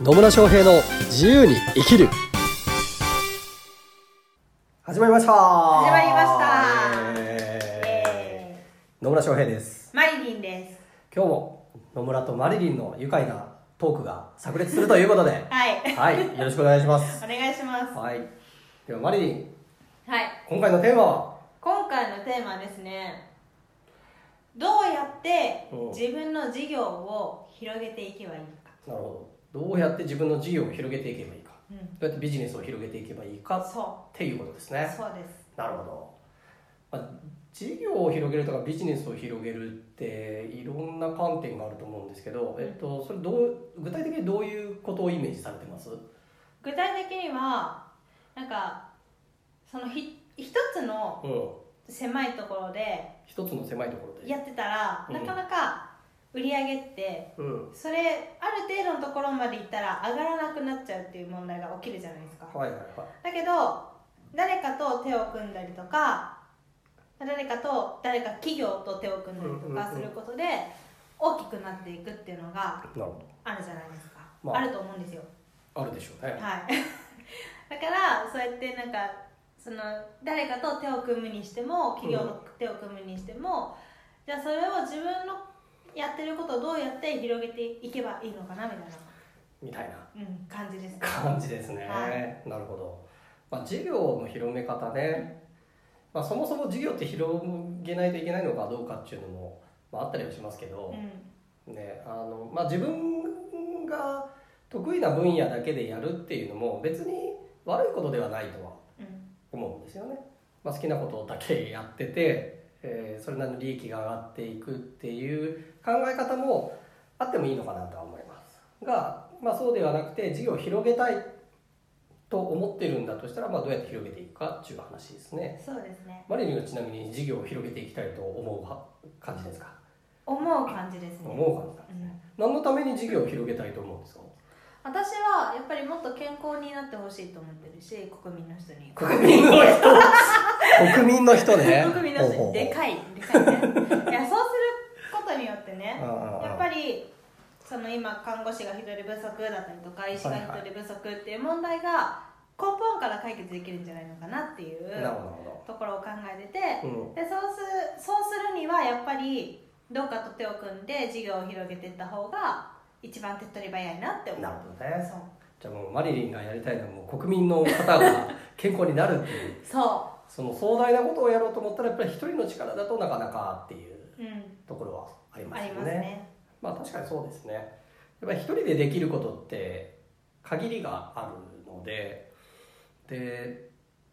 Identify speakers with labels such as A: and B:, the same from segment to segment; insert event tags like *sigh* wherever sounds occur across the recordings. A: 野村翔平の自由に生きる始まりました
B: 始まりました
A: えー野村翔平です
B: マリリンです。
A: 今日も野村とマリリンの愉快なトークが炸裂するということ
B: *laughs*
A: で
B: はい。
A: はいよろしくお願いします
B: お願いします。
A: はいではマリリン
B: はい。
A: 今回のテーマは
B: 今回のテーマはですね、どうやって
A: うん
B: 自分の事業を広げていけばいいのか。
A: なるほどどうやって自分の事業を広げていけばいいか
B: うん。
A: どうやってビジネスを広げていけばいいかっ
B: そ
A: ていうことです
B: う。
A: ね
B: そうです。
A: なるほど、まあ、事業を広げるとかビジネスを広げるっていろんな観点があると思うんですけど、えっと、それどう具体的にどういうことをイメージされてます
B: 具体的には、なんか、そのひ一つの
A: うん
B: 狭いところで
A: 一つの狭いところで
B: やってたら、
A: うん
B: なかなか売り上げって、
A: うん
B: それある程度のところまでいったら上がらなくなっちゃうっていう問題が起きるじゃないですか。
A: はいはいは
B: だけど誰かと手を組んだりとか誰かと誰か企業と手を組んだりとか
A: うんうんうん
B: することで大きくなっていくっていうのが
A: いなるほ
B: あるじゃないですか、
A: まあ
B: あ、ると思うんですよ
A: どあるでしょうね、
B: はい *laughs* だからそうやってなんかその誰かと手を組むにしても企業と手を組むにしても、じゃあそれを自分のやってることをどうやって広げていけばいいのかなみたいな、
A: みたいな
B: うん、感じですね
A: 感じですね、
B: は
A: なるほど、まあ、事業の広め方ね、まあ、そもそも事業って広げないといけないのかどうかっていうのも、まあ、あったりはしますけど、
B: う
A: ねあのまあ、自分が得意な分野だけでやるっていうのも別に悪いことではないとは
B: んうん
A: 思うんですよね、まあ、好きなことだけやってて、えーそれなりの利益が上がっていくっていう考え方もあってもいいのかなとは思いますが、まあ、そうではなくて事業を広げたいと思ってるんだとしたら、まあ、どうやって広げていくかっていう話ですね
B: そうですね
A: マリリンはちなみに事業を広げていきたいと思う派感じですか
B: 思う感じですね
A: 思う感じなんですね、何のために事業を広げたいと思うんですか
B: 私はやっぱりもっと健康になってほしいと思ってるし国民の人に
A: 国民の人
B: *laughs*
A: 国民の人ね
B: 国民の人
A: ほうほうほう
B: にでかいでかいね
A: *laughs*
B: いやそうすることによってね
A: うんうんうん
B: やっぱりその今看護師が一人不足だったりとか医師が一人不足っていう問題が根本から解決できるんじゃないのかなっていう
A: なるほどなるほ
B: ところを考えてて
A: ど、うん
B: でそうすそうするにはやっぱりどうかと手を組んで事業を広げていった方が一番手っ取り早いなって思う
A: なるほどね
B: そう
A: じゃあもうマリリンがやりたいのはもう国民の方が健康になるっていう
B: そう
A: その壮大なことをやろうと思ったらやっぱり一人の力だとなかなかっていう
B: うん、
A: ところはありま
B: あ
A: す
B: り
A: よ
B: ます
A: ね
B: ね。
A: まあ確かにそうですねやっぱり一人でできることって限りがあるのでで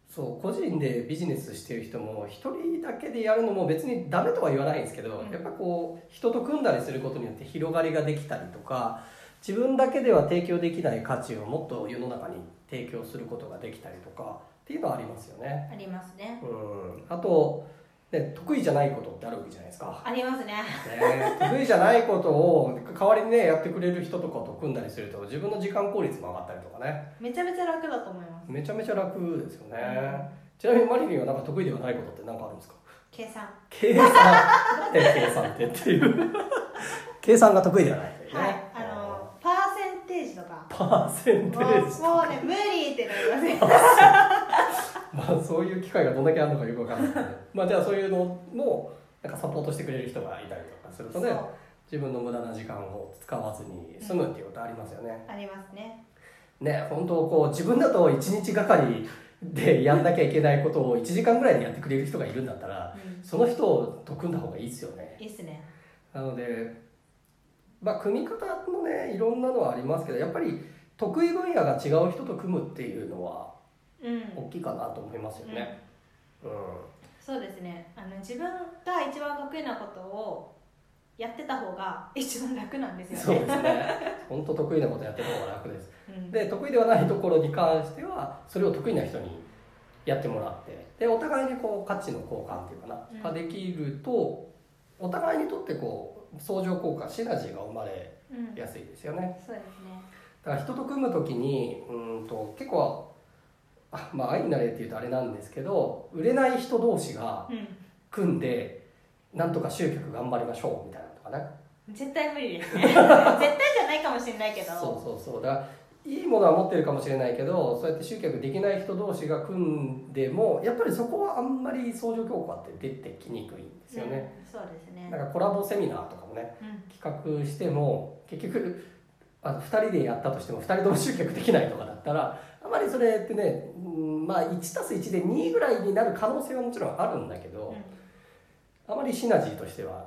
A: そう個人でビジネスしてる人も一人だけでやるのも別にダメとは言わないんですけど、
B: うん
A: やっぱこう人と組んだりすることによって広がりができたりとか自分だけでは提供できない価値をもっと世の中に提供することができたりとかっていうのはありますよね。
B: ありますね。
A: うん、あと、ね、得意じゃないことってあるわけじゃないですか。
B: ありますね。
A: ね、得意じゃないことを代わりにねやってくれる人とかと組んだりすると自分の時間効率も上がったりとかね
B: めちゃめちゃ楽だと思います。
A: めちゃめちゃ楽ですよね、ちなみにマリリンはなんか得意ではないことって何かあるんですか
B: 計算。
A: 計算なんで計算ってっていう計算が得意ではないとうね
B: はい。あの、パーセンテージとか。
A: パーセンテ
B: も
A: ージ
B: うもうね、無理ってなり
A: *laughs*
B: ますね。
A: まあそういう機会がどんだけあるのかよくわかんない
B: *laughs*
A: けどまあじゃあそういうのもなんかサポートしてくれる人がいたりとかするとね
B: そう
A: 自分の無駄な時間を使わずに済むっていうことありますよね、
B: ありますね。
A: ね、本当こう自分だと1日がかりでやんなきゃいけないことを1時間ぐらいでやってくれる人がいるんだったら
B: うん。
A: その人をと組んだ方がいいですよね
B: いいっすね。
A: なので、まあ、組み方もねいろんなのはありますけどやっぱり得意分野が違う人と組むっていうのは
B: うん。
A: 大きいかなと思いますよね、
B: うん
A: うん
B: そうですね。あの自分が一番得意なことをやってた方が一番楽なんです
A: そう
B: よね。
A: ですね本当得意なことやってた方が楽です
B: うん
A: で得意ではないところに関してはそれを得意な人にやってもらってでお互いにこう価値の交換っていうかな、
B: うん
A: ができるとお互いにとってこう相乗効果シナジーが生まれ
B: うん。
A: やすいですよね
B: そうですね。
A: だから人と組む時にうーんと結構あまあ愛になれっていうとあれなんですけど売れない人同士が
B: うん。
A: 組んでなんとか集客頑張りましょうみたいなのとかね
B: 絶対無理で
A: *laughs*
B: すね絶対じゃないかもしれないけど
A: そうそうそうだからいいものは持ってるかもしれないけどそうやって集客できない人同士が組んでもやっぱりそこはあんまり相乗強化って出てきにくいんですよね、
B: うんそうですね
A: なんかコラボセミナーとかもね
B: うん
A: 企画しても結局あの2人でやったとしても2人とも集客できないとかだったらあまりそれってね、うんまあ1たす1で2ぐらいになる可能性はもちろんあるんだけど、あまりシナジーとしては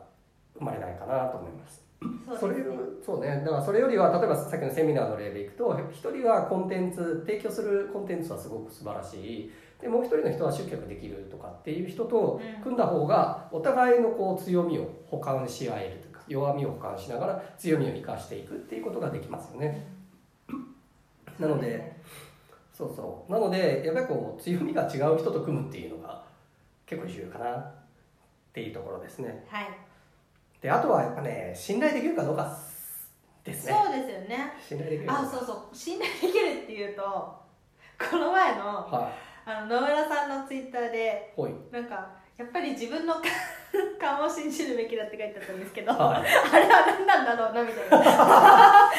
A: 生まれないかなと思います。
B: うん
A: そ
B: そう
A: れ
B: ですね
A: そうねだからそれよりは例えばさっきのセミナーの例でいくと一人はコンテンツ提供するコンテンツはすごく素晴らしいでもう一人の人は集客できるとかっていう人と
B: うん
A: 組んだ方がお互いのこう強みを補完し合えるというか弱みを補完しながら強みを生かしていくっていうことができますよね。なのでそうそうなのでやっぱりこう強みが違う人と組むっていうのが結構重要かなっていうところですね。
B: はい
A: であとはやっぱね信頼できるかどうかですね。
B: そうですよね
A: 信頼できる
B: あそうそう信頼できるっていうとこの前の
A: は
B: あの野村さんのツイッターで
A: い
B: *laughs*
A: ほい
B: なんかやっぱり自分の勘を信じるべきだって書いてあったんですけどあ
A: はい
B: れは何なんだろうなみたいな
A: あ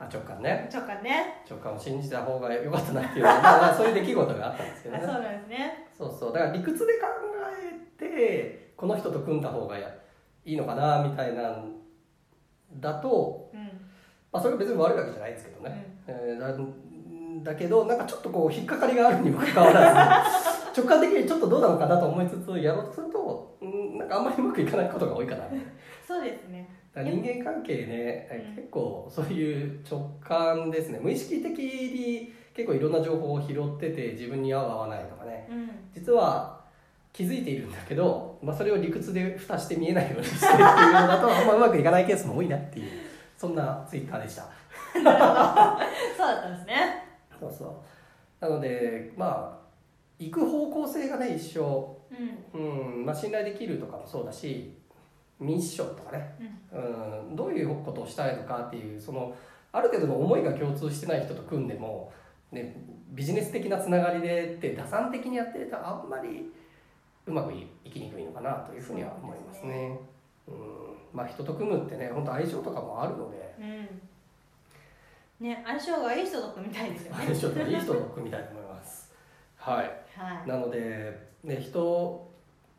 A: 直感ね
B: ちょっかね
A: 直感を信じた方が良かったなっていうのは、まあまあ、そういう出来事があったんです
B: あ
A: け
B: そう
A: どね
B: なんですね
A: そうそうだから理屈で考えてこの人と組んだ方がいいのかなみたいなんだと、
B: うん
A: まあ、それが別に悪いわけじゃないんですけど
B: う
A: ね、
B: ん
A: えーだだけどなんかちょっとこう引っかかりがあるにもかかわらず直感的にちょっとどうなのかなと思いつつやろうとするとうんなんかあんまりうまくいかないことが多いかな
B: そうですね
A: だから人間関係ね、
B: うん
A: 結構そういう直感ですね無意識的に結構いろんな情報を拾ってて自分に合う合わないとかね
B: うん
A: 実は気づいているんだけど、まあ、それを理屈で蓋して見えないようにしてるっていうのだとあんまうまくいかないケースも多いなっていうそんなツイッターでした
B: そうだったんですね
A: そうそうなのでまあ行く方向性がね一緒、
B: う
A: う
B: ん
A: んまあ、信頼できるとかもそうだしミッションとかね
B: うん
A: うん、どういうことをしたいのかっていうそのある程度の思いが共通してない人と組んでも、ね、ビジネス的なつながりでって打算的にやってるとあんまりうまくいいきにくいのかなというふうには思いますね。うんまあ、人と組むってね本当相性とかもあるので
B: うんね相性がいい人と組みたいですよね
A: 相性といい人と組みたいと思います。はい
B: はい
A: なので、ね、人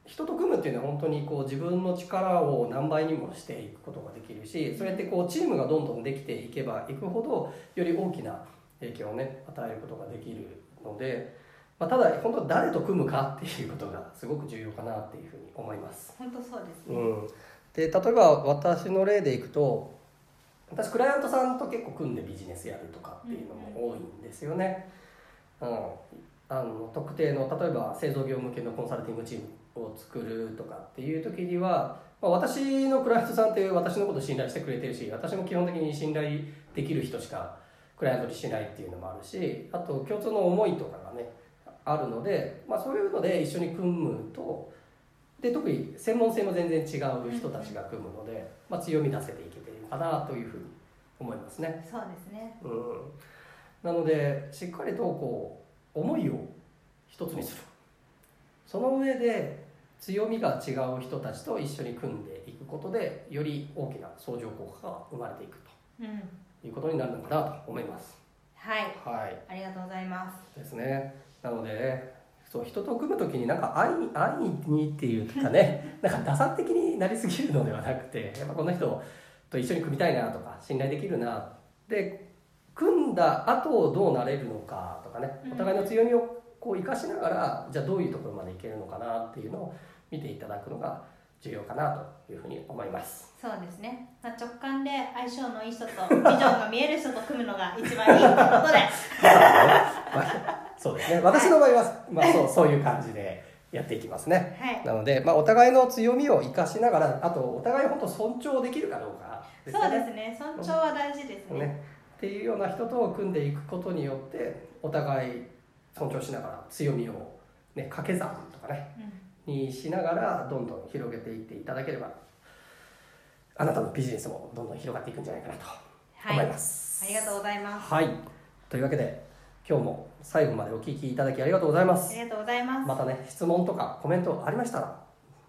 A: 人と組むっていうのは本当にこう自分の力を何倍にもしていくことができるしそうやってこうチームがどんどんできていけばいくほどより大きな影響をね与えることができるので、まあ、ただ本当誰と組むかっていうことがすごく重要かなっていうふうに思います。
B: 本当そうです
A: う
B: ね
A: ん、で例えば私の例でいくと私クライアントさんと結構組んでビジネスやるとかっていうのも多いんですよね。うんあの特定の例えば製造業向けのコンサルティングチームを作るとかっていう時には、まあ、私のクライアントさんって私のこと信頼してくれてるし私も基本的に信頼できる人しかクライアントにしないっていうのもあるしあと共通の思いとかがねあるので、まあ、そういうので一緒に組むとで特に専門性も全然違う人たちが組むので、まあ、強み出せていけてるかなというふうに思いますね。
B: そうですね
A: うん、なのでしっかりとこう思いを一つにするその上で強みが違う人たちと一緒に組んでいくことでより大きな相乗効果が生まれていく
B: うん
A: ということになるのかなと思います。
B: はい
A: はい
B: ありがとうございます
A: ですねなのでねそう人と組む時になんか安易安易にっていうかね *laughs* なんか打算的になりすぎるのではなくてやっぱこの人と一緒に組みたいなとか信頼できるなで組んだ後どうなれるのかとかね
B: うん
A: お互いの強みをこう生かしながらじゃあどういうところまでいけるのかなっていうのを見ていただくのが重要かなというふうに思います。
B: そうですね、まあ、直感で相性のいい人とビジョンが見える人と組むのが一番いいってことで
A: そうですね私の場合は、まあ、そうそういう感じでやっていきますね。
B: はい
A: なので、まあ、お互いの強みを生かしながらあとお互い本当尊重できるかどうかよ
B: そうですね尊重は大事ですね
A: ねっていうような人と組んでいくことによってお互い尊重しながら強みを、ね、掛け算とかね
B: うん
A: にしながらどんどん広げていっていただければあなたのビジネスもどんどん広がっていくんじゃないかなと
B: はい
A: 思い
B: あ
A: ます。
B: りがとうございます
A: はい、というわけで今日も最後までお聞きいただきありがとうございます
B: あ。りがとうございます
A: またね質問とかコメントありましたら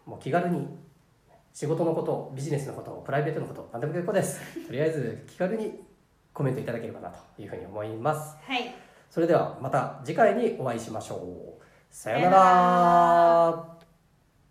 A: もう気軽に仕事のことビジネスのことプライベートのこと何でも結構ですとりあえず気軽にコメントいただければなというふうに思います
B: はい
A: それではまた次回にお会いしましょうさような
B: さような
A: ら